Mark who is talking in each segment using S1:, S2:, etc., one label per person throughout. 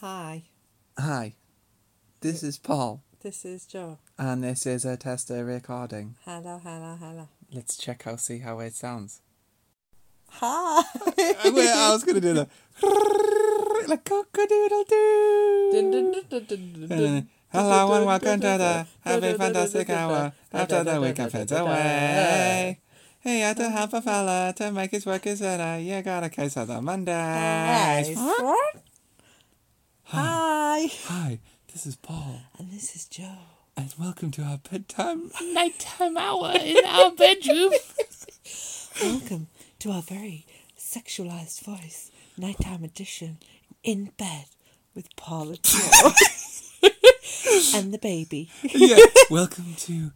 S1: Hi,
S2: Hi, this is Paul,
S1: this is Joe.
S2: and this is a tester recording.
S1: Hello, hello, hello.
S2: Let's check out, see how it sounds.
S1: Hi.
S2: Wait, I was gonna do the like cockadoodle doo. um, Hello and welcome to the happy fantastic hour after the weekend fades away. He had to help a fella to make his work his dinner. You got a case on the Monday.
S1: Hi.
S2: Hi, this is Paul.
S1: And this is Joe.
S2: And welcome to our bedtime.
S1: Nighttime hour in our bedroom. Welcome to our very sexualized voice, nighttime edition, in bed with Paul and Joe. and the baby.
S2: yeah. Welcome to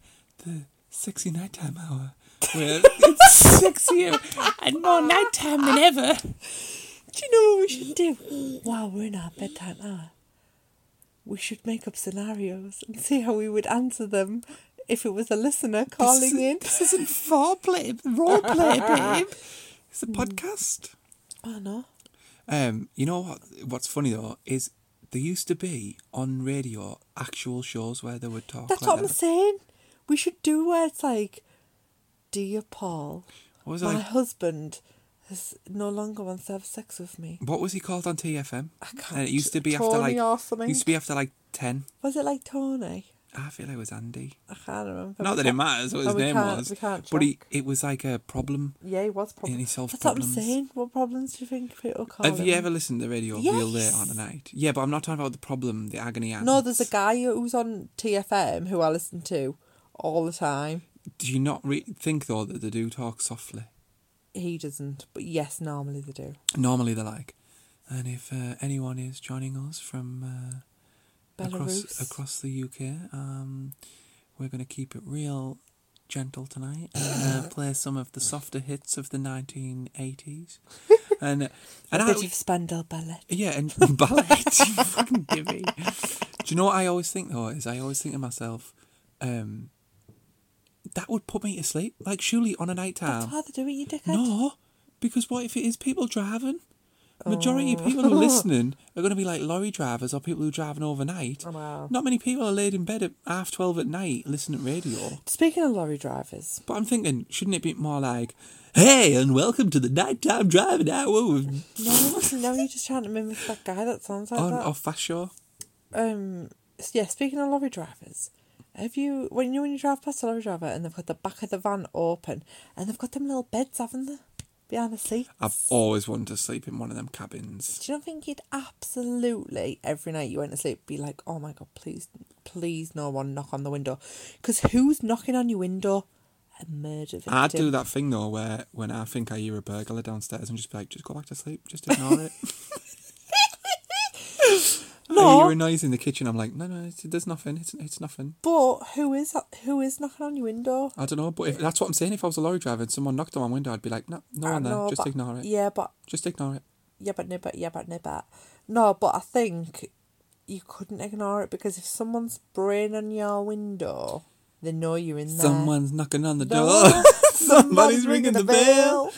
S2: the sexy nighttime hour. Where it's sexier and more nighttime than ever.
S1: Do you know what we should do? While we're in our bedtime hour, we should make up scenarios and see how we would answer them if it was a listener calling in.
S2: This isn't foreplay, roleplay, babe. It's
S1: Mm.
S2: a podcast.
S1: Oh no.
S2: Um, you know what? What's funny though is there used to be on radio actual shows where they would talk.
S1: That's
S2: like
S1: what I'm
S2: that.
S1: saying. We should do where it's like, Dear Paul,
S2: What was it
S1: my
S2: like?
S1: husband has no longer wants to have sex with me.
S2: What was he called on TFM? I
S1: can't-
S2: it used to be after
S1: Tony
S2: like.
S1: or something?
S2: Used to be after like ten.
S1: Was it like Tony?
S2: I feel it was Andy.
S1: I can't remember.
S2: Not
S1: We
S2: that it
S1: can't-
S2: matters what
S1: no,
S2: his
S1: we
S2: name
S1: can't-
S2: was,
S1: we can't
S2: but he,
S1: check.
S2: it was like a problem.
S1: Yeah, he was
S2: And
S1: problem.
S2: he solved
S1: That's
S2: problems.
S1: what I'm saying. What problems do you think people call
S2: Have you
S1: him?
S2: ever listened to the radio real late on the night? Yeah, but I'm not talking about the problem, the agony. Aunt.
S1: No, there's a guy who's on TFM who I listen to all the time.
S2: Do you not re- think though that they do talk softly?
S1: He doesn't, but yes, normally they do.
S2: Normally they're like, and if uh, anyone is joining us from uh, across
S1: Belarus.
S2: across the UK, um, we're going to keep it real gentle tonight and uh, play some of the softer hits of the 1980s. and and I,
S1: Bit of spandrel ballet.
S2: Yeah, and ballet. you fucking divvy. Do you know what I always think though? Is I always think to myself, um, that would put me to sleep. Like surely on a night
S1: That's
S2: time.
S1: how they do it, you dickhead.
S2: No, because what if it is people driving? Majority of people who are listening are going to be like lorry drivers or people who are driving overnight.
S1: Oh, wow.
S2: Not many people are laid in bed at half twelve at night listening to radio.
S1: Speaking of lorry drivers,
S2: But I'm thinking, shouldn't it be more like, "Hey, and welcome to the nighttime driving hour with
S1: no, no, you're just trying to mimic that guy that sounds like
S2: on
S1: that.
S2: or fast show."
S1: Um, s- yeah. Speaking of lorry drivers, have you when you when you drive past a lorry driver and they've got the back of the van open and they've got them little beds, haven't they, behind the seats?
S2: I've always wanted to sleep in one of them cabins.
S1: Do you not think you'd absolutely every night you went to sleep be like, oh my god, please, please, no one knock on the window, because who's knocking on your window? A murder victim.
S2: I do that thing though, where when I think I hear a burglar downstairs, and just be like, just go back to sleep, just ignore it. I hear
S1: No,
S2: a noise in the kitchen. I'm like, no, no, it's, there's nothing. It's it's nothing.
S1: but who is who is knocking on your window?
S2: I don't know, but if, that's what I'm saying. If I was a lorry driver and someone knocked on my window, I'd be like, no, no
S1: I
S2: one there.
S1: know,
S2: Just
S1: but-
S2: ignore it.
S1: Yeah, but
S2: Just ignore it.
S1: yeah, but no, but yeah, but no, but no, but I think you couldn't ignore it because if someone's spraying on your window, they know you're in there.
S2: Someone's knocking on the
S1: No.
S2: door. Somebody's ringing the bell.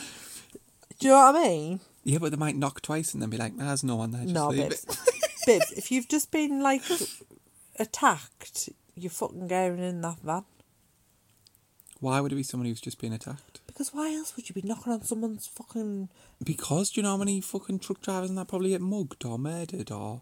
S1: Do you know what I mean?
S2: Yeah, but they might knock twice and then be like, nah, there's no one there. Just
S1: no,
S2: leave
S1: babes.
S2: it.
S1: babes, if you've just been like attacked, you're fucking going in that van.
S2: Why would it be someone who's just been attacked?
S1: Because why else would you be knocking on someone's fucking
S2: Because do you know how many fucking truck drivers and that probably get mugged or murdered or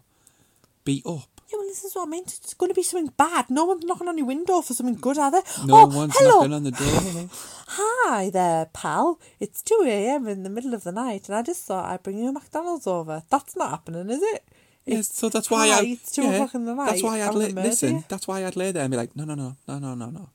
S2: beat up?
S1: Yeah, well, this is what I mean. It's going to be something bad. No one's knocking on your window for something good, are they?
S2: No
S1: oh,
S2: one's
S1: hello.
S2: knocking on the door.
S1: Hi there, pal. It's 2 a.m. in the middle of the night, and I just thought I'd bring you a McDonald's over. That's not happening, is it?
S2: yes, so that's why
S1: hi,
S2: I.
S1: It's 2
S2: yeah,
S1: o'clock in the night.
S2: That's why
S1: I'm
S2: I'd
S1: gonna
S2: lay,
S1: murder
S2: listen.
S1: you.
S2: That's why I'd lay there and be like, no, no, no, no, no, no, no.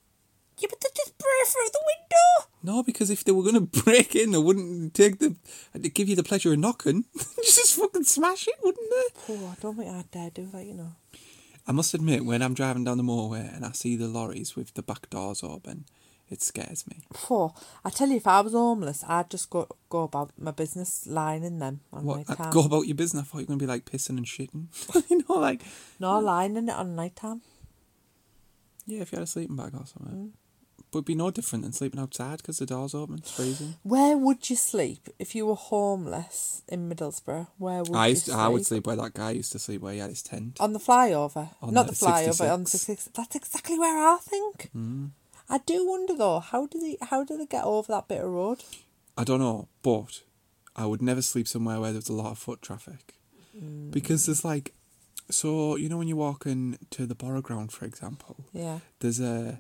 S1: Yeah, but they just break through the window.
S2: No, because if they were going to break in, they wouldn't take the. They'd give you the pleasure of knocking. Just fucking smash it, wouldn't they?
S1: Oh, I don't think I'd dare do that, you know.
S2: I must admit, when I'm driving down the motorway and I see the lorries with the back doors open, it scares me.
S1: Poor. I tell you, if I was homeless, I'd just go go about my business lining them on
S2: What?
S1: night
S2: I'd
S1: time.
S2: go about your business. I thought you were going to be like pissing and shitting. you know, like,
S1: No, lining it on night time.
S2: yeah, if you had a sleeping bag or something. But it'd be no different than sleeping outside because the door's open. It's freezing.
S1: Where would you sleep if you were homeless in Middlesbrough? Where would
S2: I
S1: you
S2: used to,
S1: sleep?
S2: I would sleep where that guy used to sleep where he had his tent.
S1: on the flyover,
S2: On
S1: not
S2: the
S1: the, flyover, on the 66.
S2: 66.
S1: That's exactly where I think.
S2: Mm.
S1: I do wonder though, how do they how do they get over that bit of road?
S2: I don't know, but I would never sleep somewhere where there's a lot of foot traffic
S1: Mm.
S2: because there's like, so you know when you walk in to the borough ground, for example,
S1: Yeah,
S2: there's a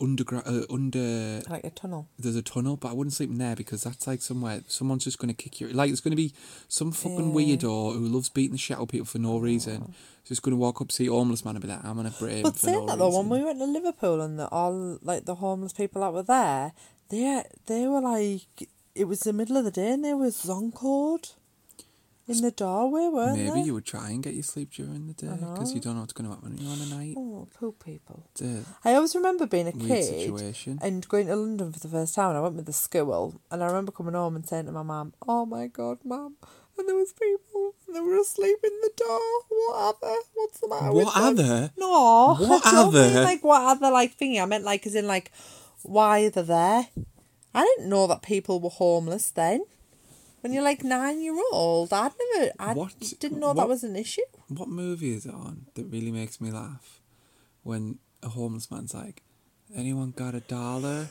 S2: underground uh, under
S1: like a tunnel.
S2: there's a tunnel, but I wouldn't sleep in there because that's like somewhere someone's just going to kick you. Like it's going to be some fucking
S1: Yeah.
S2: weirdo who loves beating the shit out of people for no reason. Just going to walk up, see a homeless man, and be like, "I'm going to break."
S1: But
S2: for
S1: saying
S2: no
S1: that though, when
S2: reason."
S1: we went to Liverpool and the, all like the homeless people that were there, they they were like it was the middle of the day and they were zoncored in the doorway, weren't
S2: maybe
S1: they?
S2: you would try and get your sleep during the day because you
S1: know.
S2: don't know what's going to happen to you on a night.
S1: Oh, poor people.
S2: It's a
S1: I always remember being a
S2: weird
S1: kid
S2: situation.
S1: and going to London for the first time. And I went with the school, and I remember coming home and saying to my mum, "Oh my god, mum!" And there was people, and they were asleep in the door. What other? What's the matter? with
S2: What
S1: them?
S2: other?
S1: No,
S2: What
S1: I don't mean
S2: other?
S1: like what other like thingy? I meant like as in like why are they there? I didn't know that people were homeless then. When you're like nine year old, I never, I
S2: What-
S1: didn't know
S2: what-
S1: that was an issue.
S2: What movie is it on that really makes me laugh? When a homeless man's like, "Anyone got a dollar?"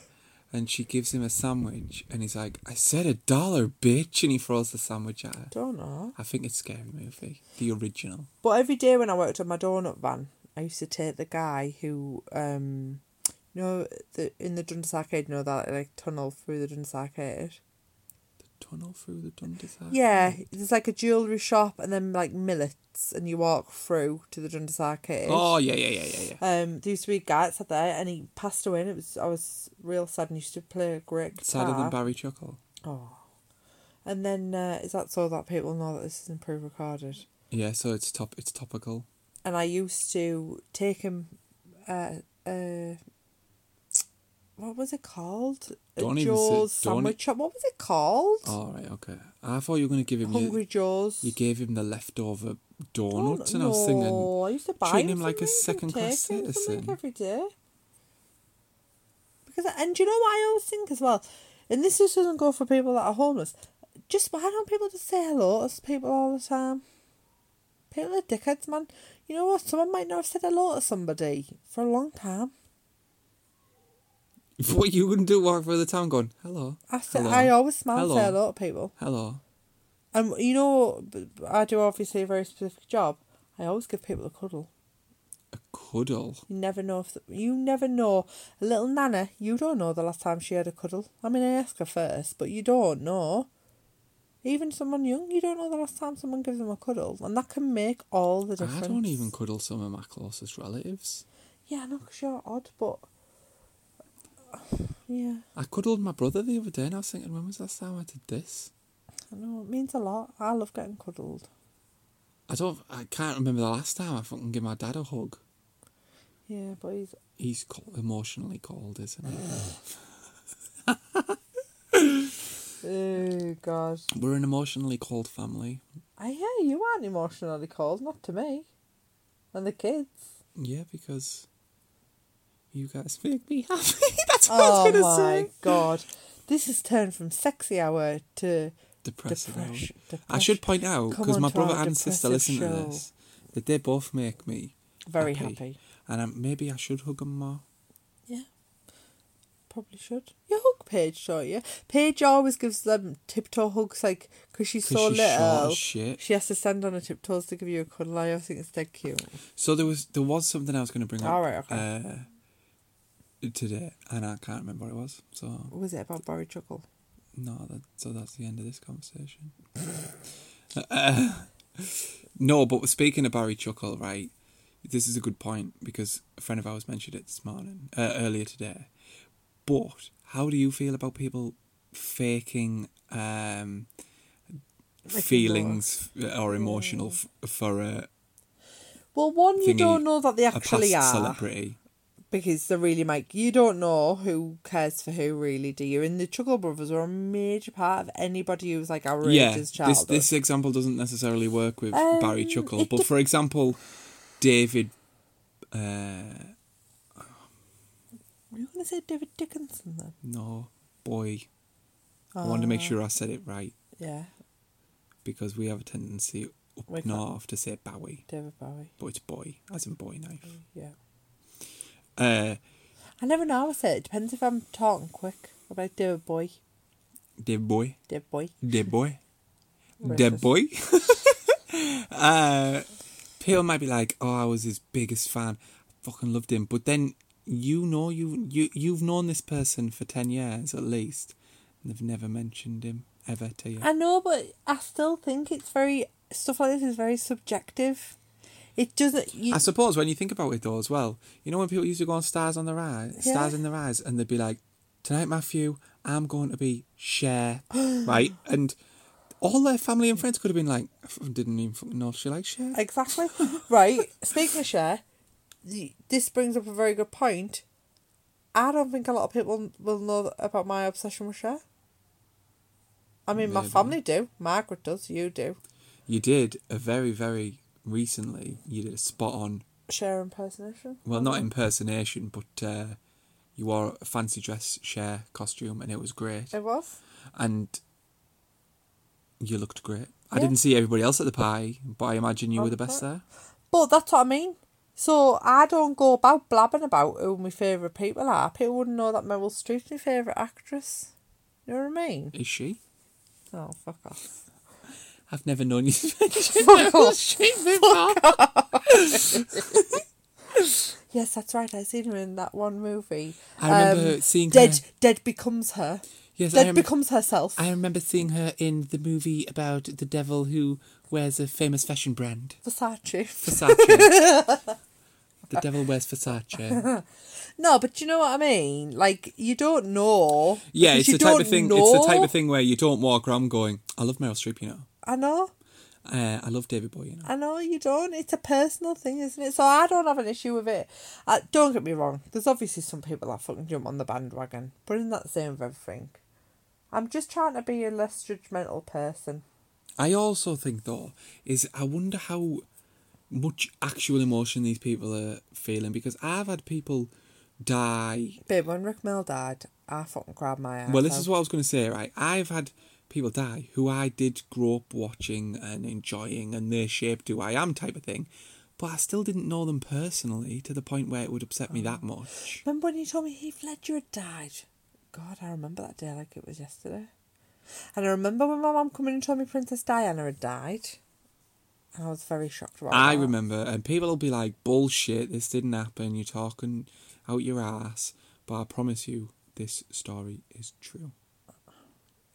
S2: And she gives him a sandwich, and he's like, "I said a dollar, bitch!" And he throws the sandwich at her.
S1: Don't know.
S2: I think it's Scary Movie, the original.
S1: But every day when I worked on my donut van, I used to take the guy who, um, you know, the in the Dundas Arcade, you know that like tunnel through the Dundas Arcade.
S2: Uh-huh. Tunnel through the Dundas Arcade.
S1: Yeah, there's like a jewellery shop and then like millets, and you walk through to the Dundas Arcade.
S2: Oh yeah, yeah, yeah, yeah, yeah.
S1: Um, there used to be a guy that sat there, and he passed away, and it was I was real sad. And he used to play a great guitar.
S2: Sadder than Barry Chuckle.
S1: Oh, and then uh, is that so that people know that this is in pre-recorded?
S2: Yeah, so it's top. It's topical.
S1: and I used to take him. Uh, uh, what was it called? A
S2: Don't even say-
S1: Jaws
S2: don't e-
S1: sandwich shop. What was it called?
S2: All right, okay. I thought you were gonna give him.
S1: Hungry
S2: Your,
S1: Jaws.
S2: you gave him the leftover
S1: Oh,
S2: donuts, and I was thinking.
S1: no, I used to buy
S2: treating
S1: him
S2: him like a
S1: something,
S2: second-class
S1: take him something
S2: citizen.
S1: every day. Because I- and do you know what I always think as well, and this just doesn't go for people that are homeless. Just why don't people just say hello to s- people all the time? People are dickheads, man. You know what? Someone might not have said hello to somebody for a long time.
S2: What you wouldn't do walk through the town going, hello.
S1: I say,
S2: hello,
S1: I always smile and say
S2: Hello.
S1: hello to people.
S2: Hello.
S1: And you know, b- b- I do obviously a very specific job. I always give people a cuddle.
S2: A cuddle.
S1: You never know if you never know. A little nana, you don't know the last time she had a cuddle. I mean, I ask her first, but you don't know. Even someone young, you don't know the last time someone gives them a cuddle, and that can make all the difference.
S2: I don't even cuddle some of my closest relatives.
S1: Yeah, I know 'cause you're odd, but yeah,
S2: I cuddled my brother the other day and I was thinking, when was the last time I did this?
S1: I know it means a lot. I love getting cuddled.
S2: I don't I can't remember the last time I fucking gave my dad a hug.
S1: Yeah, but he's
S2: He's co- emotionally cold, isn't he?
S1: oh god.
S2: We're an emotionally cold family.
S1: I hear you aren't emotionally cold, not to me, and the kids.
S2: Yeah, because you guys make me happy. That's what I
S1: Oh
S2: was gonna
S1: my
S2: say.
S1: god, this has turned from sexy hour to
S2: Depressing.
S1: Depression-
S2: I should point out
S1: Come
S2: because
S1: on
S2: my
S1: to our
S2: brother and sister listen
S1: depressive
S2: to
S1: show.
S2: this that they both make me
S1: Very
S2: happy.
S1: happy.
S2: and um, maybe I should hug him more.
S1: Yeah. Probably should. You hug Paige, don't you? Paige always gives them tiptoe hugs, like, because she's
S2: 'Cause
S1: so
S2: she's short as
S1: little.
S2: shit.
S1: She has to stand on her tiptoes to give you a cuddle. I always think it's dead cute.
S2: So there was there was something I was going to bring up
S1: All right, okay.
S2: uh, today, and I can't remember what it was. So
S1: Was it about Barry Chuckle?
S2: no, that, so that's the end of this conversation. Uh, no, but speaking of Barry Chuckle, right? This is a good point because a friend of ours mentioned it this morning, uh, earlier today. But how do you feel about people faking um,
S1: Like
S2: feelings or emotional f- for a,
S1: Well, one, you
S2: Thingy,
S1: don't know that they
S2: a
S1: actually are.
S2: past celebrity?
S1: Because they're really like, you don't know who cares for who, really, do you? And the Chuckle Brothers are a major part of anybody who's like our
S2: yeah,
S1: age's
S2: this
S1: childhood.
S2: this example doesn't necessarily work with
S1: Um,
S2: Barry Chuckle,
S1: it
S2: but
S1: de-
S2: for example, David, uh,
S1: Who going to say David Dickinson then.
S2: No, boy. I wanted
S1: Ah.
S2: to make sure I said it right
S1: Yeah,
S2: because we have a tendency up
S1: We can't-
S2: north to say Bowie,
S1: David Bowie.
S2: but it's boy, as in boy knife.
S1: Yeah. Mm.
S2: Uh,
S1: I never know how I say it. It depends if I'm talking quick. I'm like David Boy.
S2: dead boy,
S1: David Boy.
S2: dead boy,
S1: Racist.
S2: dead boy. uh, Peel might be like, "Oh, I was his biggest fan. fucking loved him." But then you know you you you've known this person for ten years at least, and they've never mentioned him ever to you.
S1: I know, but I still think it's very stuff like this is very subjective. It doesn't. You,
S2: I suppose when you think about it though, as well, you know when people used to go on Stars on the Rise, Stars in the Rise, and they'd be like, "Tonight, Matthew, I'm going to be Cher," right? And all their family and friends could have been like, "I fucking "Didn't even fucking know she likes Cher."
S1: Exactly. right. Speaking of share, y- this brings up a very good point. I don't think a lot of people will know about my obsession with share. I mean, my
S2: Maybe.
S1: family do. Margaret does. You do.
S2: You did a very, very recently. You did a spot on.
S1: Share impersonation.
S2: Well, not impersonation, but uh, you wore a fancy dress Cher costume, and it was great.
S1: It was.
S2: And you looked great. I
S1: Yeah.
S2: didn't see everybody else at the pie, but I imagine you were
S1: Of
S2: the
S1: course.
S2: best there.
S1: But that's what I mean. So I don't go about blabbing about who my favourite people are. People wouldn't know that Meryl Streep's my favourite actress. You know what I mean?
S2: Is she?
S1: Oh, fuck off.
S2: I've never known you.
S1: Fuck off. Yes, that's right. I seen her in that one movie.
S2: I remember seeing
S1: Um, Dead.
S2: her-
S1: Dead becomes her.
S2: Yes, I
S1: Dead
S2: rem-
S1: becomes herself.
S2: I remember seeing her in the movie about the devil who wears a famous fashion brand,
S1: Versace.
S2: Versace. the devil wears Versace.
S1: No, but you know what I mean. Like you don't know.
S2: Yeah,
S1: because
S2: it's
S1: you
S2: the type
S1: don't
S2: of thing. It's the type of thing where you don't walk around going, "I love Meryl Streep," you know.
S1: I know.
S2: Uh, I love David Bowie, you know.
S1: I know you don't. It's a personal thing, isn't it? So I don't have an issue with it. Uh, don't get me wrong. There's obviously some people that fucking jump on the bandwagon, but in that same breath, think I'm just trying to be a less judgmental person.
S2: I also think though is I wonder how much actual emotion these people are feeling because I've had people die
S1: Babe, when Rick Mill died, I fucking grabbed my ass.
S2: Well, this is what I was going to say, right? I've had people die who I did grow up watching and enjoying, and they shaped who I am, type of thing. But I still didn't know them personally to the point where it would upset me that much.
S1: Remember when you told me Heath Ledger had died? God, I remember that day like it was yesterday. And I remember when my mum come in and told me Princess Diana had died. And I was very shocked about
S2: I
S1: that.
S2: remember, and people will be like, bullshit, this didn't happen, you're talking out your ass. But I promise you, this story is true.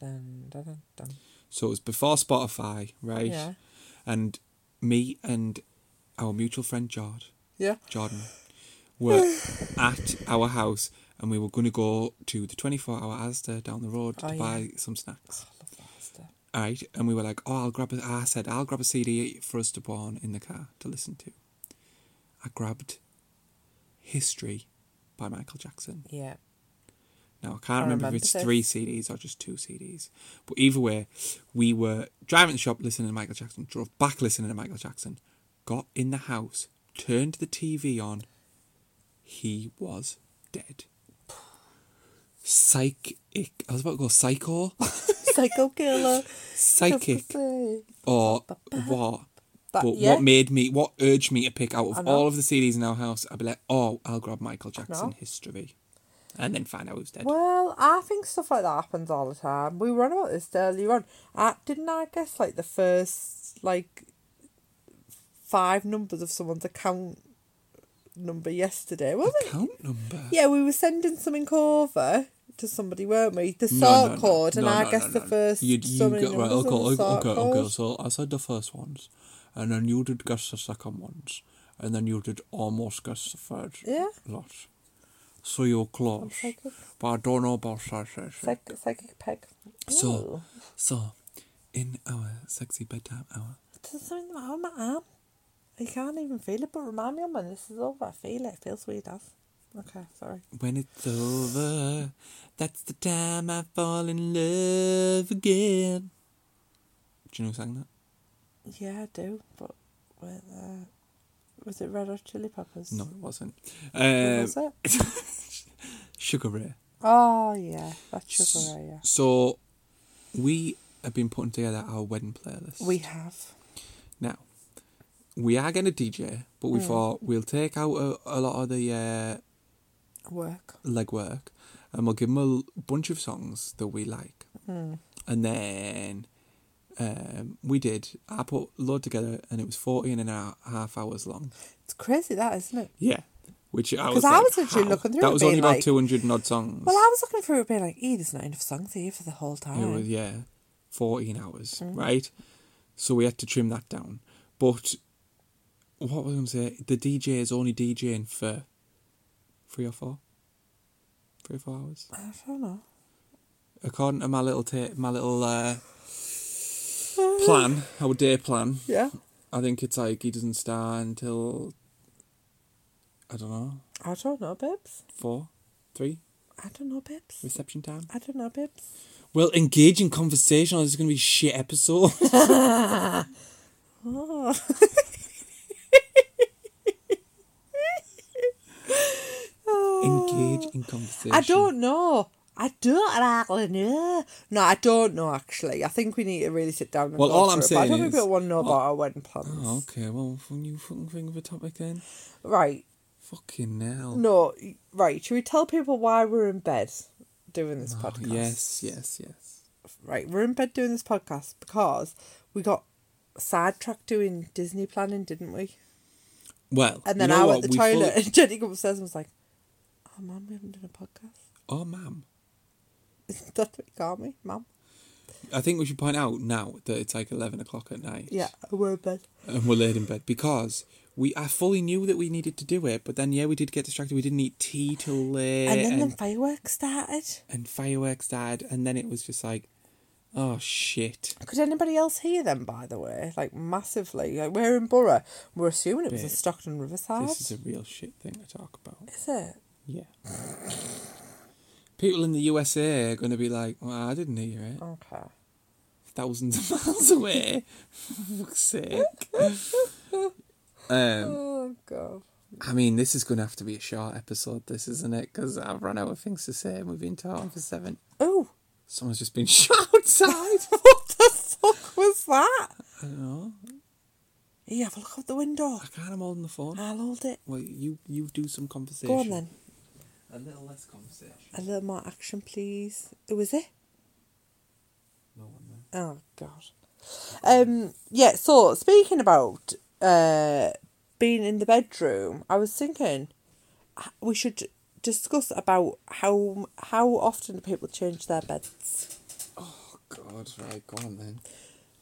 S1: Dun, dun, dun, dun.
S2: So it was before Spotify, right?
S1: Yeah.
S2: And me and our mutual friend, Jord,
S1: Yeah.
S2: Jordan were at our house and we were going to go to the 24 hour Asda down the road
S1: Oh,
S2: to
S1: yeah.
S2: buy some snacks.
S1: I love that stuff.
S2: All right. And we were like, oh, I'll grab a, I said, I'll grab a CD for us to put on in the car to listen to. I grabbed History by Michael Jackson.
S1: Yeah.
S2: Now, I can't
S1: I
S2: remember,
S1: remember
S2: if it's
S1: this.
S2: three CDs or just two CDs. But either way, we were driving to the shop listening to Michael Jackson, drove back listening to Michael Jackson, got in the house, turned the TV on. He was dead. Psychic. I was about to go psycho.
S1: Psycho killer.
S2: Psychic. Or
S1: That-
S2: what? but
S1: yeah.
S2: what made me, what urged me to pick out
S1: I
S2: of
S1: know.
S2: all of the CDs in our house, I'd be like, oh, I'll grab Michael Jackson
S1: know.
S2: history. And then find out who's dead.
S1: Well, I think stuff like that happens all the time. We were on about this earlier on. I, didn't I guess like the first like five numbers of someone's account number yesterday, was it?
S2: Account number.
S1: Yeah, we were sending something over to somebody, weren't we? The
S2: No, no,
S1: sort
S2: no.
S1: code, and
S2: No,
S1: I
S2: no,
S1: guess
S2: no,
S1: the
S2: no.
S1: first
S2: You,
S1: so
S2: you
S1: many
S2: got right.
S1: numbers
S2: Okay,
S1: on the
S2: okay,
S1: sort
S2: okay, okay.
S1: code.
S2: So I said the first ones, and then you did guess the second ones, and then you did almost guess the third
S1: Yeah.
S2: lot. So you're close,
S1: psychic.
S2: but I don't know about psychic.
S1: Psych- psychic peg.
S2: So,
S1: Ooh.
S2: so, in our sexy bedtime hour,
S1: There's something wrong with my arm. I can't even feel it, but remind me when this is over. I feel it. It feels weird as. Okay, sorry.
S2: when it's over, that's the time I fall in love again. Do you know who sang that?
S1: Yeah, I do, but with, uh, was it Red Hot Chili Peppers?
S2: No, it wasn't.
S1: What
S2: Um,
S1: was it?
S2: Sugar Ray.
S1: Oh, yeah. That's Sugar Ray, yeah.
S2: So, we have been putting together our wedding playlist.
S1: We have.
S2: Now, we are going to DJ, but
S1: Mm.
S2: we thought we'll take out a, a lot of the uh,
S1: Work.
S2: legwork and we'll give them a l- bunch of songs that we like.
S1: Mm.
S2: And then um, we did, I put a load together and it was 14 and a half hours long.
S1: It's crazy, that, isn't it?
S2: Yeah. Which I
S1: 'Cause
S2: was
S1: I
S2: like,
S1: was literally
S2: how?
S1: looking through
S2: That
S1: it
S2: was only
S1: being
S2: about
S1: like-
S2: 200 and odd songs.
S1: Well, I was looking through it being like, eh, there's not enough songs here for the whole
S2: It
S1: time.
S2: was, yeah, 14 hours,
S1: Mm.
S2: right? So we had to trim that down. But what was I going to say? The DJ is only DJing for three or four? Three or four hours?
S1: I don't know.
S2: According to my little ta- my little uh, plan, our day plan,
S1: Yeah.
S2: I think it's like he doesn't start until, I don't know,
S1: I don't know, babes.
S2: four, three,
S1: I don't know, babes.
S2: reception time.
S1: I don't know, babes.
S2: Well, engage in conversation or this is going to be a shit episode.
S1: Oh. Oh.
S2: engage in conversation.
S1: I don't know. I don't actually know. No, I don't know actually. I think we need to really sit down and
S2: Well,
S1: go
S2: all
S1: through
S2: I'm
S1: it, but I
S2: saying
S1: don't think
S2: is-
S1: people want to know about our wedding plans.
S2: Oh, okay, well, when you fucking think of a topic then.
S1: Right.
S2: Fucking hell.
S1: No, y- right. Should we tell people why we're in bed doing this
S2: Oh,
S1: podcast?
S2: yes, yes, yes.
S1: Right. We're in bed doing this podcast because we got sidetracked doing Disney planning, didn't we?
S2: Well,
S1: And then
S2: you know
S1: I
S2: what?
S1: went to the
S2: We
S1: toilet
S2: fully-
S1: and Jenny came upstairs and was like, Oh, mum, we haven't done a podcast.
S2: Oh, ma'am.
S1: That's what you call me, mum.
S2: I think we should point out now that it's like 11 o'clock at night.
S1: Yeah, we're in bed.
S2: And we're laid in bed because we I fully knew that we needed to do it, but then, yeah, we did get distracted. We didn't eat tea till late.
S1: and then
S2: and,
S1: the fireworks started.
S2: and fireworks died. And then it was just like, oh, shit.
S1: Could anybody else hear them, by the way? Like, massively. Like, we're in Borough. We're assuming it was in
S2: Babe,
S1: Stockton Riverside.
S2: This is a real shit thing to talk about.
S1: Is it?
S2: Yeah. People in the USA are going to be like, well, I didn't hear it.
S1: Okay.
S2: thousands of miles away. For fuck's sake. Um,
S1: Oh, God.
S2: I mean, this is going to have to be a short episode, this, isn't it? Because I've run out of things to say and we've been talking for seven.
S1: Oh,
S2: Someone's just been shot outside.
S1: what the fuck was that?
S2: I don't know.
S1: Yeah, have a look out the window.
S2: I can't, I'm holding the phone.
S1: I'll hold it.
S2: Well, you, you do some conversation.
S1: Go on then.
S2: A little less conversation.
S1: A little more action, please. Who was it?
S2: No one then.
S1: Oh god. Um yeah, so speaking about uh being in the bedroom, I was thinking h- we should discuss about how how often do people change their beds.
S2: Oh, God. Right, go on then.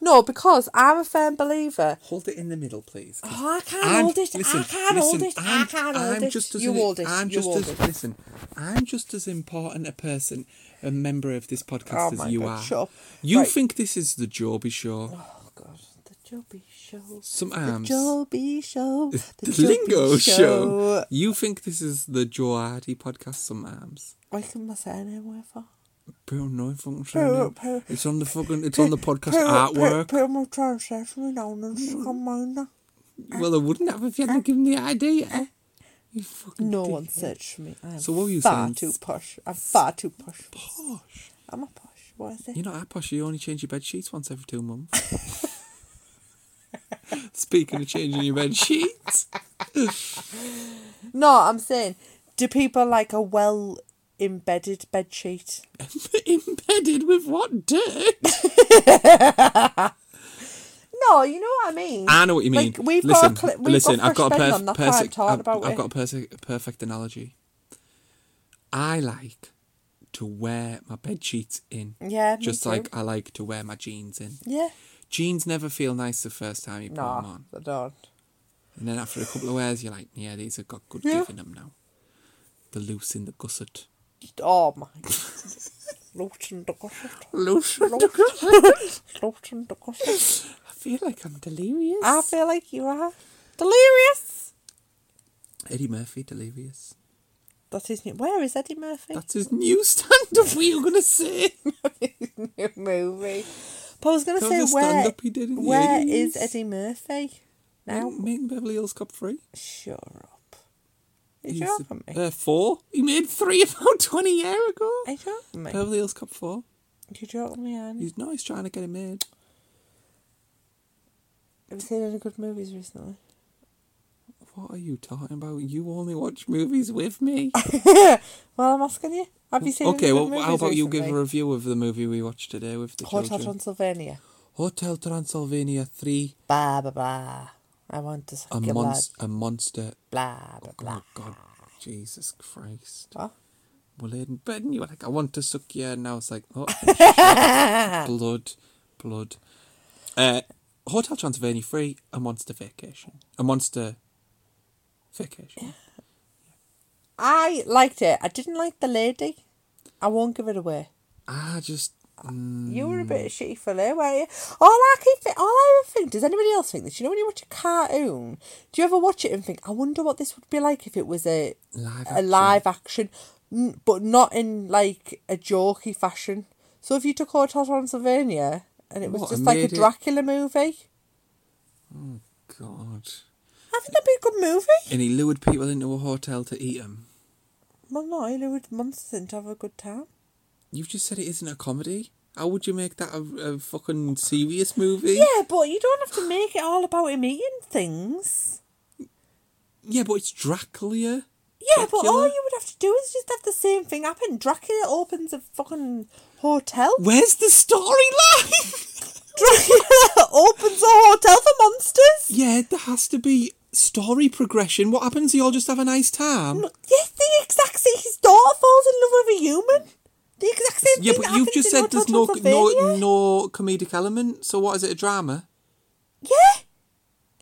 S1: No, because I'm a firm believer.
S2: Hold it in the middle, please. 'cause
S1: Oh, I can't
S2: I'm-
S1: hold it. I can't hold it. I
S2: I'm-
S1: can't hold
S2: I'm
S1: it.
S2: Just as
S1: you
S2: an-
S1: hold it.
S2: I'm
S1: you
S2: just
S1: hold
S2: as,
S1: it.
S2: Listen, I'm just as important a person, a member of this podcast
S1: Oh my
S2: as you
S1: God,
S2: are.
S1: shut up.
S2: You
S1: Right.
S2: think this is the Jorby Show?
S1: Oh god, the Joby show.
S2: Sometimes.
S1: The Joby show.
S2: The,
S1: Joby
S2: Lingo Show. You think this is the Joardi podcast sometimes?
S1: Why can my surname wear for?
S2: Bro, no
S1: Bro,
S2: fucking surname.
S1: bro.
S2: It's on the fucking. It's on the podcast Mm. artwork. Well, I wouldn't have if you hadn't given the idea. You fucking
S1: Uh, No
S2: dick.
S1: one searched for me. I'm
S2: So what were you
S1: far
S2: saying?
S1: too posh. I'm far too posh.
S2: Posh.
S1: I'm a posh. What is it?
S2: You're not that posh. You only change your bed sheets once every two months. Speaking of changing your bed sheets,
S1: No, I'm saying, do people like a well embedded bed sheet?
S2: embedded with what dirt?
S1: No, you know what I mean.
S2: I know what you mean.
S1: Like, we've
S2: listen,
S1: got a cli- we've
S2: listen.
S1: got
S2: I've got a
S1: fresh bed
S2: perf-
S1: on, that's why I'm
S2: perfect.
S1: talking
S2: I've,
S1: about
S2: I've
S1: it.
S2: got a perfect, perfect analogy. I like to wear my bed sheets in.
S1: Yeah, me
S2: just
S1: too.
S2: like I like to wear my jeans in.
S1: yeah.
S2: Jeans never feel nice the first time you put them
S1: No,
S2: on.
S1: I don't.
S2: And then after a couple of wears, you're like, yeah, these have got good
S1: Yeah.
S2: give in them now. The loose in the gusset.
S1: Oh my. Loach and the gusset.
S2: Loose
S1: Loach. Loach and the gusset.
S2: I feel like I'm delirious.
S1: I feel like you are delirious.
S2: Eddie Murphy, delirious.
S1: That's his new. Where is Eddie Murphy?
S2: That's his new stand-up. What are you gonna say?
S1: new movie. But I was gonna
S2: That
S1: say
S2: was a
S1: where,
S2: stand-up he did in the Mm.
S1: where
S2: 80s.
S1: is Eddie Murphy now?
S2: Making Beverly Hills Cop Free.
S1: Sure up. It's your for me.
S2: Uh, four? You made three about 20 year ago.
S1: It's your for me.
S2: Beverly Hills Cop 4.
S1: You joke me, Anne.
S2: He's, no, he's trying to get it made.
S1: Have you seen any good movies recently?
S2: What are you talking about? You only watch movies with me.
S1: Well, I'm asking you. Have you seen
S2: okay,
S1: any
S2: well,
S1: good movies
S2: how about you give
S1: recently?
S2: a review of the movie we watched today with the
S1: Hotel
S2: children?
S1: Transylvania.
S2: Hotel Transylvania 3
S1: Blah, blah, blah. I want to suck
S2: A,
S1: your
S2: monst- a Monster.
S1: blood. Blah, blah, blah.
S2: Oh, God. Jesus Christ.
S1: What?
S2: We're laid in bed and you were like, I want to suck you. And I was like, oh, shit. blood, blood. Uh, Hotel Transylvania 3, A Monster Vacation. A Monster Vacation.
S1: I liked it. I didn't like the lady. I won't give it away.
S2: I just. mm,
S1: You were a bit of shitty filler, weren't you? All I keep thi- all I ever think, does anybody else think this? You know when you watch a cartoon, do you ever watch it and think, I wonder what this would be like if it was a
S2: Live
S1: a
S2: action.
S1: live action, n- but not in like a jokey fashion. So if you took Hotel Transylvania and it was
S2: What,
S1: just
S2: and
S1: like a
S2: made it-
S1: Dracula movie,
S2: God.
S1: I think that'd be a good movie.
S2: And he lured people into a hotel to eat them.
S1: Well, no, I lured monsters in to have a good time.
S2: You've just said it isn't a comedy. How would you make that a, a fucking serious movie?
S1: Yeah, but you don't have to make it all about him eating things.
S2: Yeah, but it's Dracula.
S1: Yeah, but all
S2: Dracula?
S1: you would have to do is just have the same thing happen. Dracula opens a fucking hotel.
S2: Where's the storyline?
S1: Dracula opens a hotel for monsters.
S2: yeah, there has to be story progression. What happens? They all just have a nice time.
S1: Yes, the exact same. His daughter falls in love with a human. The exact same
S2: Yeah,
S1: thing.
S2: but
S1: that
S2: you've
S1: happens
S2: just
S1: in
S2: said there's
S1: Hotel
S2: no no
S1: Transylvania.
S2: no comedic element. So what is it? A drama?
S1: Yeah.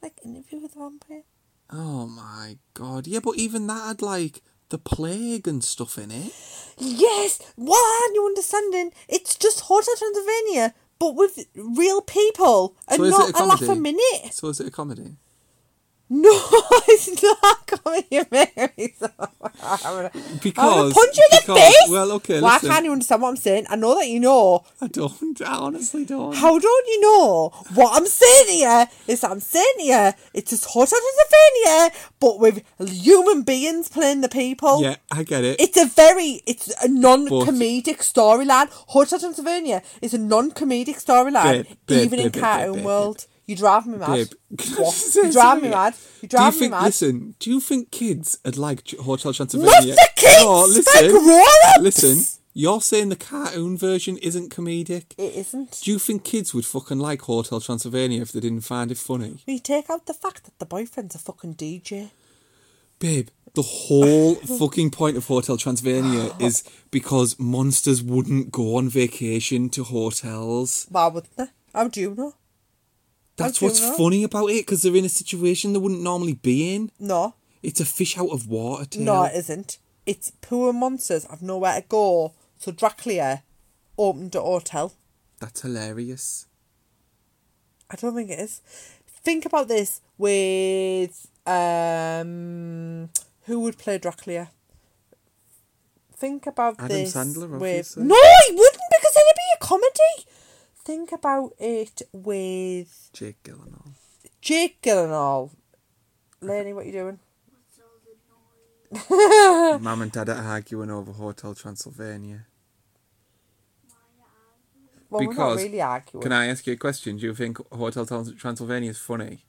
S1: Like interview with a vampire.
S2: Oh my god! Yeah, but even that had like the plague and stuff in it.
S1: Yes, what aren't you understanding? It's just Hotel Transylvania, but with real people and
S2: So is
S1: not
S2: it
S1: a,
S2: a
S1: laugh a
S2: comedy?
S1: minute.
S2: So is it a comedy?
S1: No, it's not comedy, Mary.
S2: Because
S1: punch you in the
S2: because-
S1: face.
S2: Well, okay.
S1: Why
S2: listen,
S1: can't you understand what I'm saying? I know that you know.
S2: I don't. I honestly don't.
S1: How don't you know what I'm saying to you? Is that I'm saying to you, it's just Hotel Transylvania, but with human beings playing the people.
S2: Yeah, I get it.
S1: It's a very it's a non-comedic storyline. Hotel Transylvania is a non-comedic storyline,
S2: Babe, babe,
S1: even in
S2: babe, babe,
S1: cartoon
S2: babe,
S1: world. You drive me mad.
S2: Babe,
S1: What? You drive me mad. You
S2: Do you
S1: drive me
S2: think?
S1: mad.
S2: Listen. Do you think kids would like Ch- Hotel Transylvania?
S1: Not the kids.
S2: No,
S1: they're grown-ups.
S2: Listen. You're saying the cartoon version isn't comedic.
S1: It isn't.
S2: Do you think kids would fucking like Hotel Transylvania if they didn't find it funny,
S1: We take out the fact that the boyfriend's a fucking DJ.
S2: babe? The whole fucking point of Hotel Transylvania is because monsters wouldn't go on vacation to hotels.
S1: Why wouldn't they? How do you know?
S2: That's
S1: do you
S2: what's
S1: know?
S2: funny about it because they're in a situation they wouldn't normally be in.
S1: No,
S2: It's a fish out of water tale.
S1: no, it isn't. It's poor monsters. I've nowhere to go. So Dracula opened a hotel.
S2: That's hilarious.
S1: I don't think it is. Think about this with um who would play Dracula? Think about
S2: Adam
S1: this
S2: Sandler,
S1: with
S2: obviously.
S1: no, it wouldn't because then it'd be a comedy. Think about it with
S2: Jake Gyllenhaal.
S1: Jake Gyllenhaal. Lenny, what you doing?
S2: Mum and Dad are arguing over Hotel Transylvania.
S1: Well, we're not
S2: Because-
S1: really arguing.
S2: Can I ask you a question? Do you think Hotel Trans- Transylvania is funny?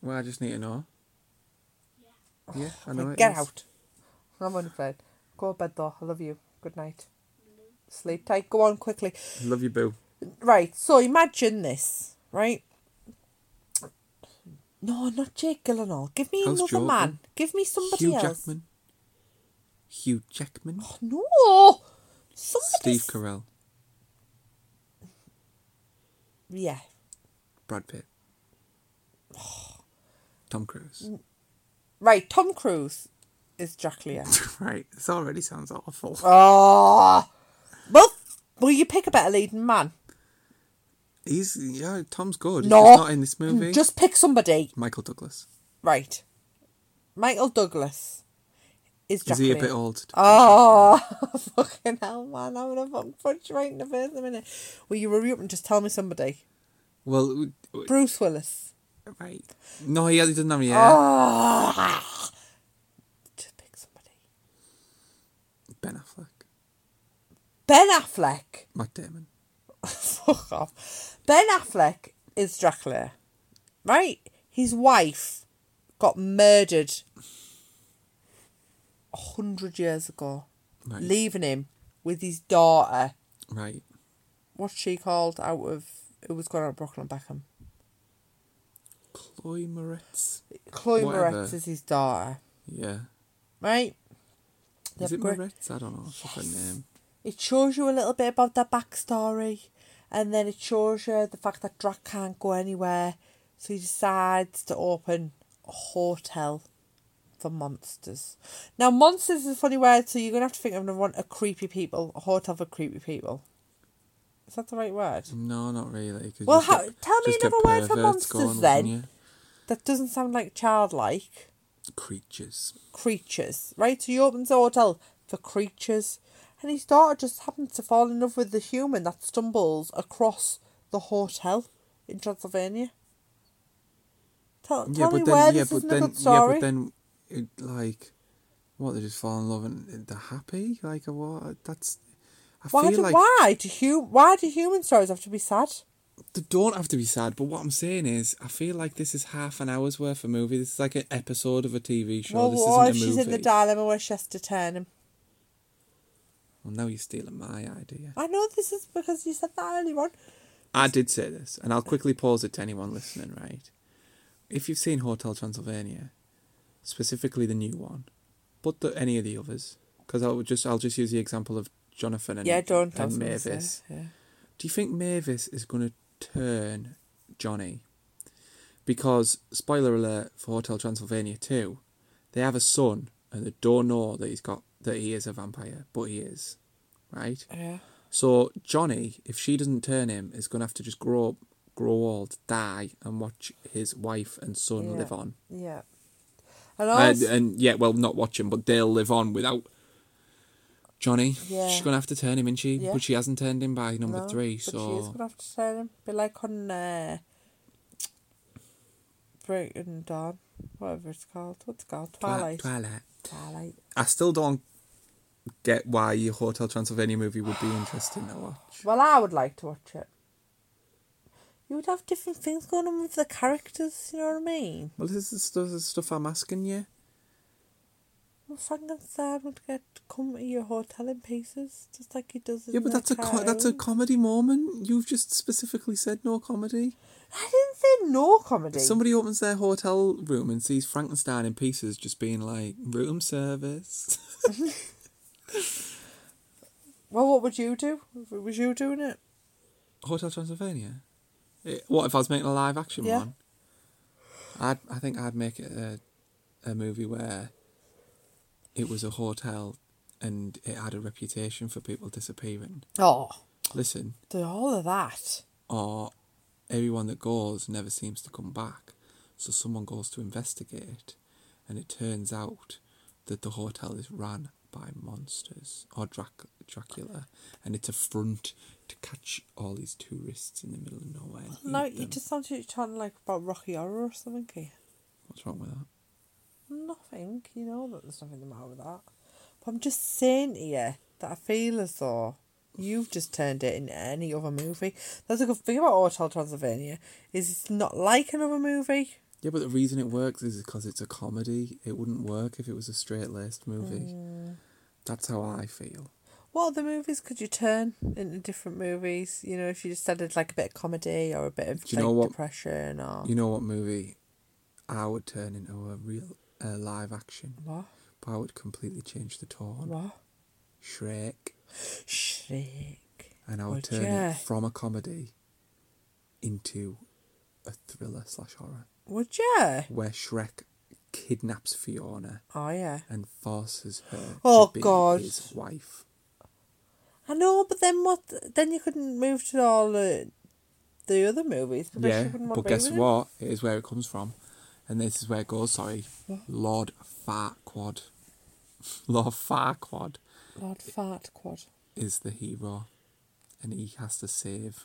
S2: Well, I just need to know. Yeah, I know. it
S1: Get
S2: is.
S1: out. I'm only playing. Go to bed though. I love you. Good night. Sleep tight. Go on quickly.
S2: Love you, boo.
S1: Right, so imagine this, right? No, not Jake Gyllenhaal. Give me
S2: How's
S1: another
S2: Jordan?
S1: man. Give me somebody
S2: Hugh
S1: else.
S2: Jackman. Hugh Jackman.
S1: No, somebody.
S2: Steve Carell.
S1: yeah,
S2: Brad Pitt. Tom Cruise.
S1: Mm. right. Tom Cruise is Dracula.
S2: right, this already sounds awful.
S1: oh, well, will you pick a better leading man?
S2: He's yeah, Tom's good.
S1: No. Mm,
S2: He's just not in this movie.
S1: Just pick somebody.
S2: Michael Douglas.
S1: Right, Michael Douglas is
S2: Is
S1: Dracula.
S2: he a bit old?
S1: Oh, fucking hell, man. I'm going to fucking punch you right in the face in a minute. Will you hurry up and just tell me somebody?
S2: Well, w- w-
S1: Bruce Willis. right?
S2: No, he, has, he doesn't have any hair.
S1: Oh. To pick somebody.
S2: Ben Affleck.
S1: Ben Affleck.
S2: Matt Damon.
S1: Fuck off. Ben Affleck is Dracula, right? His wife got murdered a hundred years ago,
S2: Right.
S1: leaving him with his daughter.
S2: Right.
S1: What's she called? Out of who was going out of Brooklyn Beckham?
S2: Chloe Moretz.
S1: Chloe
S2: Whatever.
S1: Moretz is his daughter,
S2: Yeah.
S1: right? They
S2: Is
S1: have
S2: it
S1: great-
S2: Moretz? I don't know. Fuck her name.
S1: It shows you a little bit about their backstory, and then it shows you the fact that Drac can't go anywhere, so he decides to open a hotel for monsters. Now, monsters is a funny word, so you're gonna have to think of another one: a creepy people, a hotel for creepy people. Is that the right word?
S2: No, not really. 'cause
S1: Well,
S2: you'd
S1: how- tell me
S2: just get
S1: another word for
S2: perverts
S1: monsters
S2: wouldn't
S1: then.
S2: you?
S1: That doesn't sound like childlike.
S2: Creatures.
S1: creatures, right? So he opens the hotel for creatures, and his daughter just happens to fall in love with the human that stumbles across the hotel in Transylvania. Tell, tell me where this isn't a good story.
S2: yeah, but then, it, like, what they just fall in love and they're happy. Like, uh, what? That's. I
S1: why
S2: feel
S1: do
S2: like
S1: why do hu- why do human stories have to be sad?
S2: they don't have to be sad. But what I'm saying is, I feel like this is half an hour's worth of movie. This is like an episode of a TV show.
S1: well,
S2: this
S1: what if
S2: isn't a
S1: she's
S2: movie.
S1: in the dilemma where she has to turn him?
S2: well, now you're stealing my idea.
S1: I know this is because you said that earlier on.
S2: I did say this, and I'll quickly pause it to anyone listening. Right, if you've seen Hotel Transylvania, specifically the new one, but the, any of the others, because I'll just I'll just use the example of Jonathan and
S1: yeah, don't. I
S2: and
S1: was gonna say,
S2: Mavis.
S1: Yeah.
S2: Do you think Mavis is going to turn Johnny? Because, spoiler alert for Hotel Transylvania 2, they have a son and they don't know that he's got that he is a vampire, but he is. Right?
S1: yeah.
S2: So Johnny, if she doesn't turn him, is gonna have to just grow up grow old, die, and watch his wife and son
S1: Yeah. Oh,
S2: live on.
S1: Yeah. And
S2: And,
S1: also,
S2: and yeah, well not watch him, but they'll live on without Johnny.
S1: Yeah.
S2: She's gonna have to turn him, isn't she?
S1: Yeah.
S2: But she hasn't turned him by number
S1: No,
S2: three,
S1: but
S2: so
S1: she's gonna have to turn him. Be like on uh, Brighton Dawn, whatever it's called. What's it called?
S2: Twi-
S1: Twilight.
S2: Twilight.
S1: Twilight.
S2: I still don't get why your Hotel Transylvania movie would be interesting to watch.
S1: Well, I would like to watch it. You would have different things going on with the characters. You know what I mean?
S2: Well, this is the stuff, the stuff I'm asking you.
S1: Well, Frankenstein would get come to your hotel in pieces, just like he does. In
S2: Yeah, but
S1: the
S2: that's a co- that's a
S1: cartoon.
S2: comedy moment. You've just specifically said no comedy.
S1: I didn't say no comedy.
S2: Somebody opens their hotel room and sees Frankenstein in pieces, just being like room service.
S1: Well, what would you do? If it was you doing it?
S2: hotel Transylvania. It- what if I was making a live action
S1: Yeah.
S2: one? I'd I think I'd make it a a movie where it was a hotel and it had a reputation for people disappearing.
S1: Oh,
S2: listen,
S1: do all of that.
S2: or everyone that goes never seems to come back. So someone goes to investigate, and it turns out that the hotel is ran by monsters or Drac- Dracula, and it's a front to catch all these tourists in the middle of nowhere. and
S1: No,
S2: eat
S1: you
S2: them.
S1: just sound like you're talking like about Rocky Horror or something. Kate.
S2: What's wrong with that?
S1: Nothing, you know that there's nothing the matter with that. But I'm just saying to you that I feel as though you've just turned it into any other movie. That's a good thing about Hotel Transylvania is it's not like another movie.
S2: Yeah, but the reason it works is because it's a comedy. It wouldn't work if it was a straight laced movie.
S1: Mm.
S2: That's how I feel.
S1: What other movies could you turn into different movies? You know, if you just started like a bit of comedy or a bit of
S2: Do you
S1: like
S2: know what-
S1: depression or
S2: You know what movie I would turn into a real uh, live action?
S1: what?
S2: But I would completely change the tone.
S1: What?
S2: Shrek.
S1: Shrek.
S2: And I would
S1: Would
S2: turn
S1: ya?
S2: it from a comedy into a thriller slash horror
S1: Would you?
S2: where Shrek kidnaps Fiona
S1: Oh yeah.
S2: and forces her
S1: Oh,
S2: to be
S1: God.
S2: his wife.
S1: I know, but then what? Then you couldn't move to all the the other movies. because
S2: yeah,
S1: you wouldn't want
S2: but
S1: to be
S2: guess
S1: with him.
S2: what? It is where it comes from. And this is where it goes, sorry.
S1: What?
S2: Lord Farquad. Lord Farquad
S1: Lord Fart Quad.
S2: is the hero and he has to save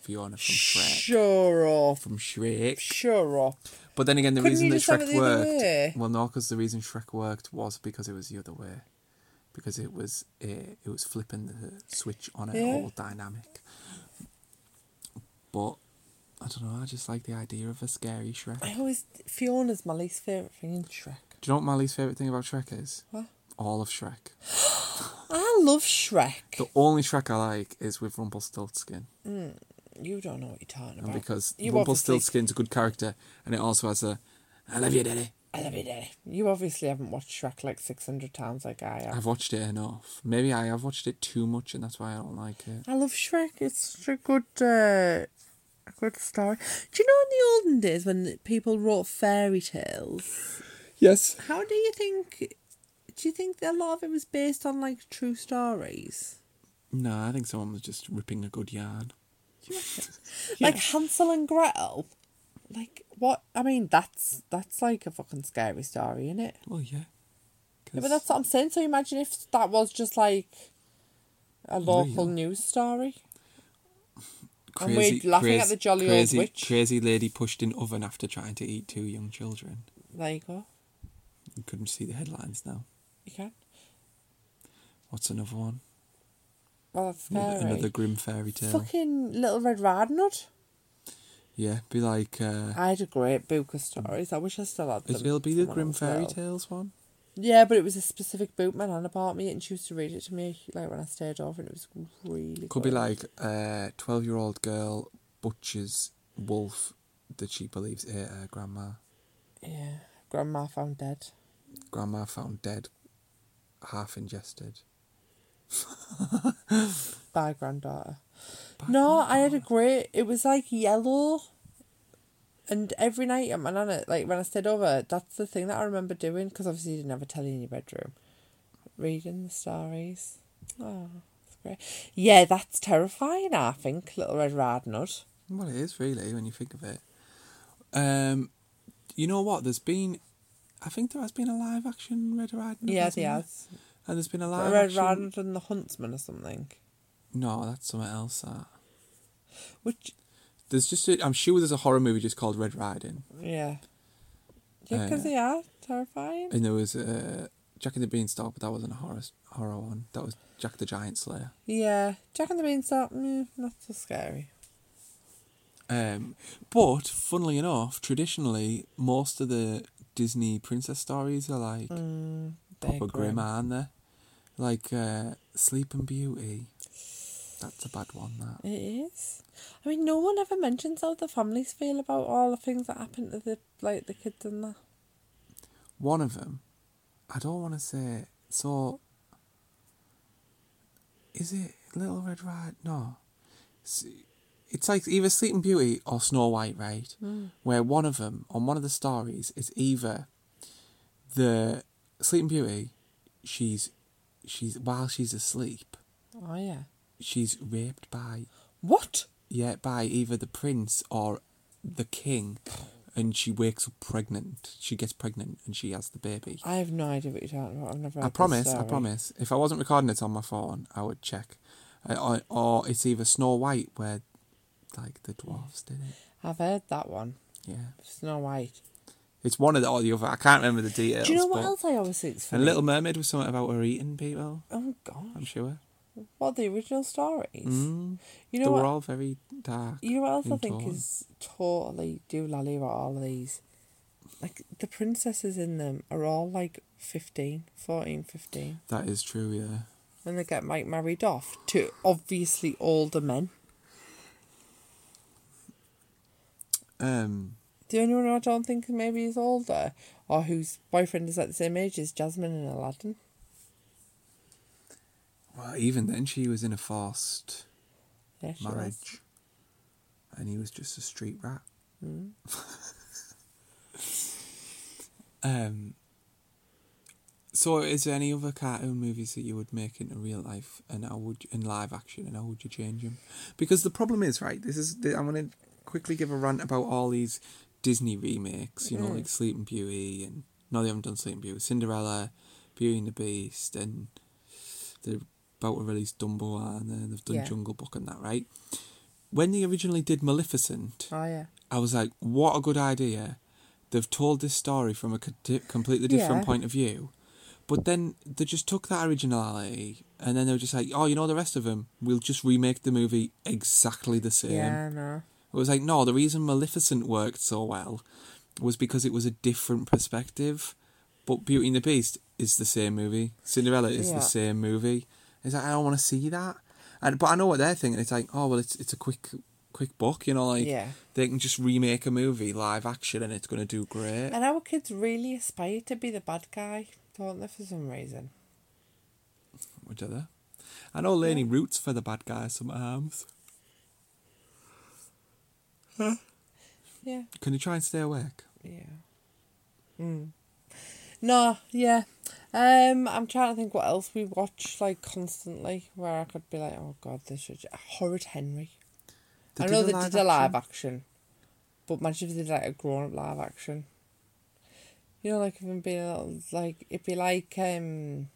S2: Fiona from Shrek.
S1: Sure off.
S2: From Shrek.
S1: Sure off.
S2: But then again, the
S1: Couldn't
S2: reason
S1: you
S2: that
S1: just have it
S2: Shrek
S1: the other way?
S2: worked, well, no, because the reason Shrek worked was because it was the other way, because it was eh, it, it was flipping the switch on a
S1: Yeah.
S2: whole dynamic. But I don't know. I just like the idea of a scary Shrek. Do
S1: I always Fiona's my least favourite thing in Shrek.
S2: you know what Mally's favorite thing about Shrek is?
S1: What?
S2: All of Shrek.
S1: I love Shrek.
S2: The only Shrek I like is with Rumpelstiltskin,
S1: You don't know what you're talking
S2: and
S1: about.
S2: because
S1: you obviously-
S2: Rumpelstiltskin's a good character, and it also has a "I love you, Daddy."
S1: I love you, Daddy. You obviously haven't watched Shrek like six hundred times like I have.
S2: I've watched it enough. Maybe I have watched it too much, and that's why I don't like it.
S1: I love Shrek. It's such a good, uh, a good story. Do you know in the olden days when people wrote fairy tales,
S2: Yes.
S1: how do you think? Do you think a lot of it was based on like true stories?
S2: No, I think someone was just ripping a good yarn.
S1: Like Hansel and Gretel. Like what? I mean, that's that's like a fucking scary story, isn't it?
S2: Well, yeah. 'Cause-
S1: Yeah, but that's what I'm saying. So imagine if that was just like a local
S2: Real.
S1: news story. and we're
S2: crazy,
S1: laughing at
S2: crazy-
S1: the jolly old
S2: crazy,
S1: witch.
S2: Crazy lady pushed in oven after trying to eat two young children.
S1: There you go.
S2: You couldn't see the headlines now.
S1: You can.
S2: What's another one?
S1: Well, Oh, that's
S2: Another,
S1: scary.
S2: another grim fairy tale.
S1: Fucking Little Red Riding Hood.
S2: Yeah, be like. Uh,
S1: I had a great book of stories. I wish I still had them.
S2: it- it'll be the
S1: from when I
S2: grim
S1: was
S2: fairy
S1: little.
S2: tales one.
S1: Yeah, but it was a specific book my nana bought me, and she used to read it to me like when I stayed over, and it was really.
S2: Could be
S1: good.
S2: like a twelve-year-old girl butchers wolf that she believes ate her grandma.
S1: Yeah, grandma found dead.
S2: Grandma found dead, half ingested.
S1: by granddaughter. no, I had a great. It was like yellow, and every night at my nana, like when I stayed over, that's the thing that I remember doing because obviously you didn't have a telly in your bedroom. Reading the stories. Oh, that's great. Yeah, that's terrifying. I think Little Red Riding Hood.
S2: Well, it is really when you think of it. Um, you know what? There's been, I think there has been a live action Red Riding. Hood,
S1: Yeah,
S2: hasn't
S1: there
S2: there?
S1: has.
S2: And there's been a live
S1: Red
S2: action.
S1: Riding Hood and the Huntsman or something.
S2: No, that's something else. That.
S1: Which
S2: There's just a, I'm sure there's a horror movie just called Red Riding,
S1: yeah, yeah, because
S2: Uh,
S1: they are terrifying.
S2: and there was uh, Jack and the Beanstalk, but that wasn't a horror horror one. That was Jack the Giant Slayer.
S1: Yeah, Jack and the Beanstalk, mm, not so scary.
S2: Um, but funnily enough, traditionally most of the Disney princess stories are like
S1: They're
S2: proper grim, aren't they? Like uh, Sleeping Beauty. That's a bad one. That
S1: It is. I mean, no one ever mentions how the families feel about all the things that happen to the like the kids and that.
S2: one of them. I don't want to say. So, is it Little Red Riding? No, S- it's like either Sleeping Beauty or Snow White, right? Where one of them on one of the stories is either the Sleeping Beauty. She's she's while she's asleep,
S1: Oh yeah.
S2: she's raped by
S1: What?
S2: Yeah, by either the prince or the king, and she wakes up pregnant. She gets pregnant and she has the baby.
S1: I have no idea what you're talking about. I've never.
S2: I
S1: heard this
S2: promise, I
S1: story.
S2: promise. If I wasn't recording it on my phone, I would check. Uh, or, or it's either Snow White, where like the dwarfs did it.
S1: I've heard that one.
S2: Yeah,
S1: Snow White.
S2: it's one of the or the other. I can't remember the details.
S1: Do you know what
S2: but-
S1: else I always think? is
S2: And
S1: funny?
S2: Little Mermaid was something about her eating people.
S1: Oh
S2: I'm
S1: gosh!
S2: sure.
S1: What the original stories?
S2: Mm.
S1: You know
S2: they
S1: what?
S2: were all very dark.
S1: You know what else I
S2: and
S1: think
S2: torn.
S1: is totally doolally about all of these? Like, the princesses in them are all like 15, 14, 15.
S2: That is true. Yeah.
S1: And they get like married off to obviously older men.
S2: Um.
S1: The only one I don't think maybe is older or whose boyfriend is at the same age is Jasmine and Aladdin.
S2: Well, even then, she was in a forced
S1: Yeah, she was.
S2: marriage. And he was just a street rat.
S1: Mm.
S2: um. So, is there any other cartoon movies that you would make into real life, and how would in live action, and how would you change them? Because the problem is, right? This is the, I'm going to quickly give a rant about all these Disney remakes.
S1: Mm.
S2: You know, like Sleeping Beauty, and no, they haven't done Sleeping Beauty. Cinderella, Beauty and the Beast, and they're about to release Dumbo, and then they've done
S1: Yeah.
S2: Jungle Book and that, right? when they originally did Maleficent,
S1: Oh yeah.
S2: I was like, what a good idea. They've told this story from a co- completely different
S1: Yeah.
S2: point of view. But then they just took that originality and then they were just like, oh, you know, the rest of them, we'll just remake the movie exactly the same.
S1: Yeah, no.
S2: It was like, no, the reason Maleficent worked so well was because it was a different perspective. But Beauty and the Beast is the same movie. Cinderella is
S1: Yeah.
S2: the same movie. It's like I don't want to see that. And but I know what they're thinking. It's like, oh well, it's it's a quick quick book, you know, like
S1: Yeah.
S2: they can just remake a movie live action and it's gonna do great.
S1: And our kids really aspire to be the bad guy, don't they, for some reason?
S2: Which are they? I know Lainey roots for the bad guy sometimes.
S1: Yeah.
S2: Can you try and stay awake?
S1: Yeah. Hmm. No, yeah. Um, I'm trying to think what else we watch like constantly where I could be like, oh god, this should Horrid Henry.
S2: They
S1: I
S2: did
S1: know
S2: a
S1: they
S2: live
S1: did a live
S2: action.
S1: action, but imagine if they did like a grown up live action. You know, like even being a little, like it'd be like um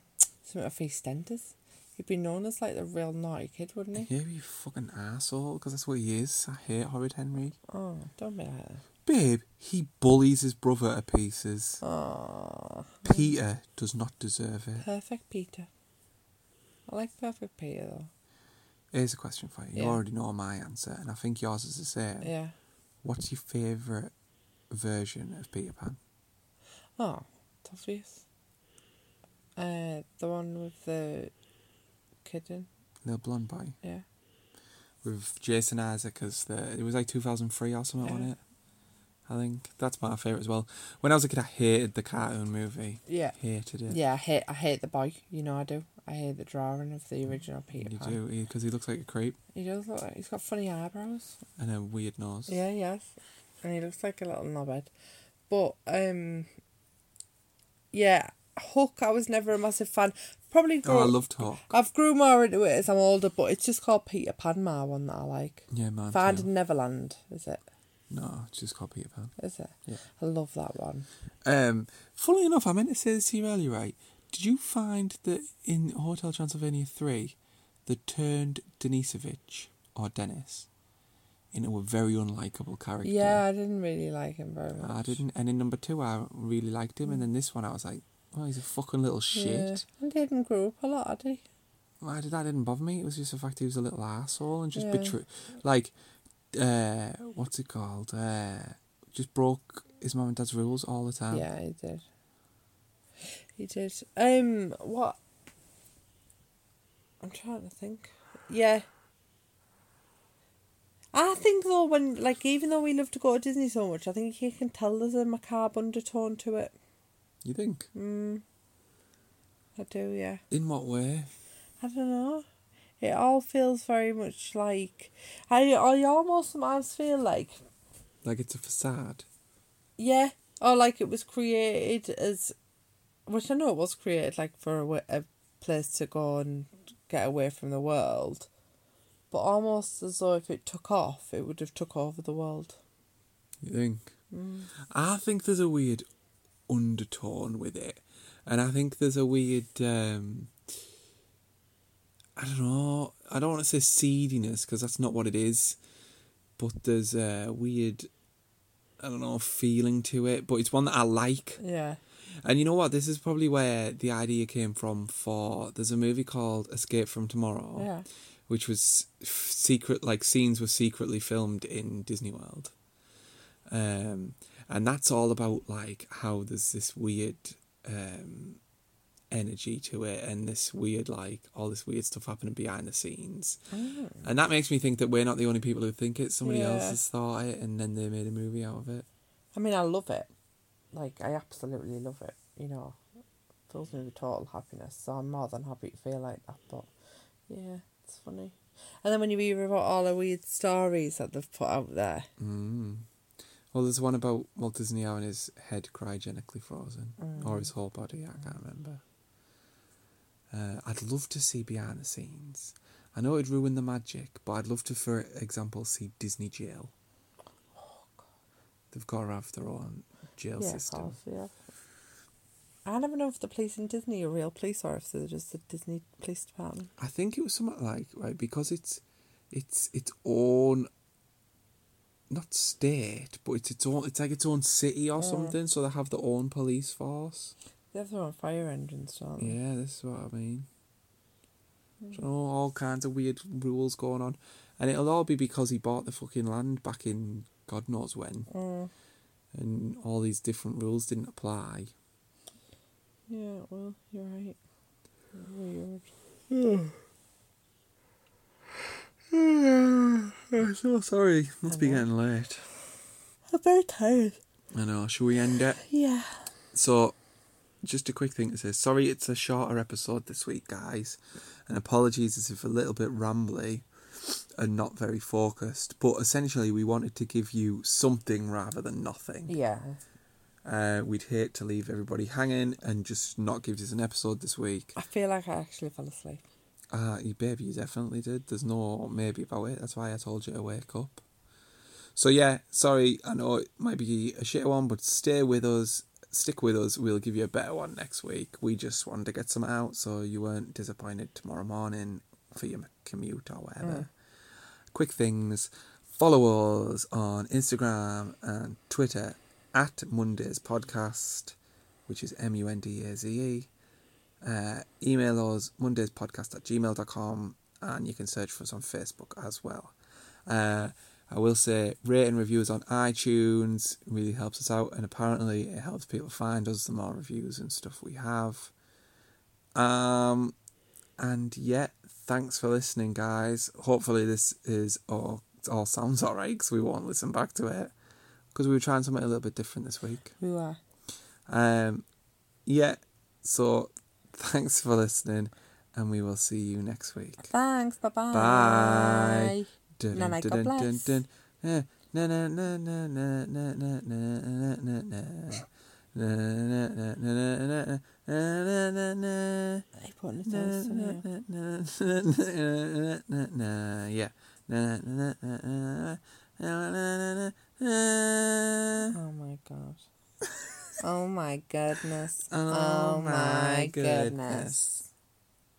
S1: something of EastEnders. He'd be known as like the real naughty kid, wouldn't he?
S2: Yeah, you fucking asshole, because that's what he is. I hate Horrid Henry.
S1: Oh, don't be like that.
S2: Babe, he bullies his brother to pieces.
S1: Oh,
S2: Peter does not deserve it.
S1: perfect Peter. I like perfect Peter though.
S2: Here's a question for you. You
S1: Yeah.
S2: already know my answer, and I think yours is the same.
S1: Yeah.
S2: What's your favourite version of Peter Pan?
S1: Oh, it's obvious. Uh, the one with the kid in,
S2: Little Blonde Boy
S1: yeah.
S2: with Jason Isaac as the. It was like 2003 or something, wasn't
S1: Yeah.
S2: it? I think that's my favourite as well. When I was a kid, I hated the cartoon movie.
S1: Yeah.
S2: Hated it.
S1: Yeah, I hate I hate the boy. You know I do. I hate the drawing of the original Peter
S2: Mm, You
S1: Pan.
S2: do, because he looks like a creep
S1: He does look like he's got funny eyebrows.
S2: and a weird nose.
S1: Yeah, yes. And he looks like a little knobhead. But um yeah, Hook I was never a massive fan. Probably grew,
S2: Oh, I loved Hawk.
S1: I've grew more into it as I'm older, but it's just called Peter Pan my one that I like.
S2: Yeah, man.
S1: Finding Neverland, is it?
S2: No, it's just called Peter Pan.
S1: Is it?
S2: Yeah.
S1: I love that one.
S2: Um, funnily enough, I meant to say this to you earlier, right? Did you find that in Hotel Transylvania 3, they turned Denisovich, or Dennis, into a very unlikable character?
S1: Yeah, I didn't really like him very much.
S2: I Ah, didn't. And in number two, I really liked him. And then this one, I was like, oh, he's a fucking little
S1: Yeah.
S2: shit.
S1: And he didn't grow up a lot, did he?
S2: Why did that didn't bother me? It was just the fact he was a little asshole and just
S1: Yeah.
S2: betray, like, uh, what's it called? Uh, just broke his mum and dad's rules all the time.
S1: Yeah, he did. He did. Um, what? I'm trying to think. Yeah. I think though, when like even though we love to go to Disney so much, I think you can tell there's a macabre undertone to it.
S2: You think?
S1: Mm. I do, yeah.
S2: In what way?
S1: I don't know. It all feels very much like I. I almost sometimes feel like
S2: Like it's a facade.
S1: Yeah, or like it was created as, which I know it was created like for a, wa- a place to go and get away from the world, but almost as though if it took off, it would have took over the world.
S2: You think? I think there's a weird undertone with it, and I think there's a weird. Um, I don't know. I don't want to say seediness because that's not what it is, but there's a weird. I don't know feeling to it, but it's one that I like.
S1: Yeah,
S2: And you know what? This is probably where the idea came from. For there's a movie called Escape from Tomorrow,
S1: yeah,
S2: which was f- secret like scenes were secretly filmed in Disney World. Um and that's all about like how there's this weird um energy to it and this weird like all this weird stuff happening behind the scenes. And that makes me think that we're not the only people who think it. Somebody else
S1: Yeah.
S2: has thought it and then they made a movie out of it.
S1: I mean, I love it. Like I absolutely love it. You know, fills me with total happiness. So I'm more than happy to feel like that. But yeah, it's funny. And then when you hear about all the weird stories that they've put out there,
S2: Mm. Well, there's one about Walt Disney having his head cryogenically frozen,
S1: Mm.
S2: or his whole body. I can't remember. Uh, I'd love to see behind the scenes. I know it'd ruin the magic, but I'd love to, for example, see Disney Jail. They've got to have their own jail
S1: Oh, yeah, of
S2: system.
S1: course, yeah. I never know if the police in Disney are real police or if they're just the Disney Police Department.
S2: I think it was something like right because it's it's its own not state, but it's its own it's like its own city or something, so they have their own police force.
S3: They have their own fire engines, don't they?
S2: Yeah, this is what I mean. So all kinds of weird rules going on. And it'll all be because he bought the fucking land back in God knows when.
S3: Mm.
S2: And all these different rules didn't apply.
S3: Yeah, well, you're right. Weird.
S2: I'm so sorry. Must be
S3: know.
S2: getting late.
S3: I'm very tired.
S2: I know. Shall we end it?
S3: Yeah.
S2: So, just a quick thing to say. Sorry, it's a shorter episode this week, guys, and apologies if it's a little bit rambly and not very focused. But essentially, we wanted to give you something rather than nothing.
S3: Yeah.
S2: Uh, we'd hate to leave everybody hanging and just not give us an episode this week.
S3: I feel like I actually fell asleep.
S2: Ah, you baby, you definitely did. There's no maybe about it. That's why I told you to wake up. So yeah, sorry. I know it might be a shit one, but stay with us. Stick with us. We'll give you a better one next week. We just wanted to get some out, so you weren't disappointed tomorrow morning for your commute or whatever. Quick things. Follow us on Instagram and Twitter at Mondays Podcast, which is M U N D A Z E uh, email us mondayspodcast at gmail.com and you can search for us on Facebook as well. Uh, I will say rate and reviews on iTunes really helps us out and apparently it helps people find us the more reviews and stuff we have. Um, and yeah, thanks for listening, guys. Hopefully this is all, all sounds alright because we won't listen back to it because we were trying something a little bit different this week.
S3: We were.
S2: Um, yeah, so thanks for listening, and we will see you next week.
S3: Thanks. Bye-bye.
S2: Bye. Dun,
S3: No, no, God
S2: dun, dun, dun,
S3: bless.
S2: dun. Eh, na, na, na, na, na, na, na, na, na, na. Na, na, na, na, na, na, na, na, na, na.
S3: I put in the
S2: Na,
S3: toast in
S2: na,
S3: here.
S2: na, na, na, na, na, na. Yeah. Na, na, na, na, na, na, na, na, na, na.
S3: Oh my god. oh my goodness.
S2: Oh my goodness.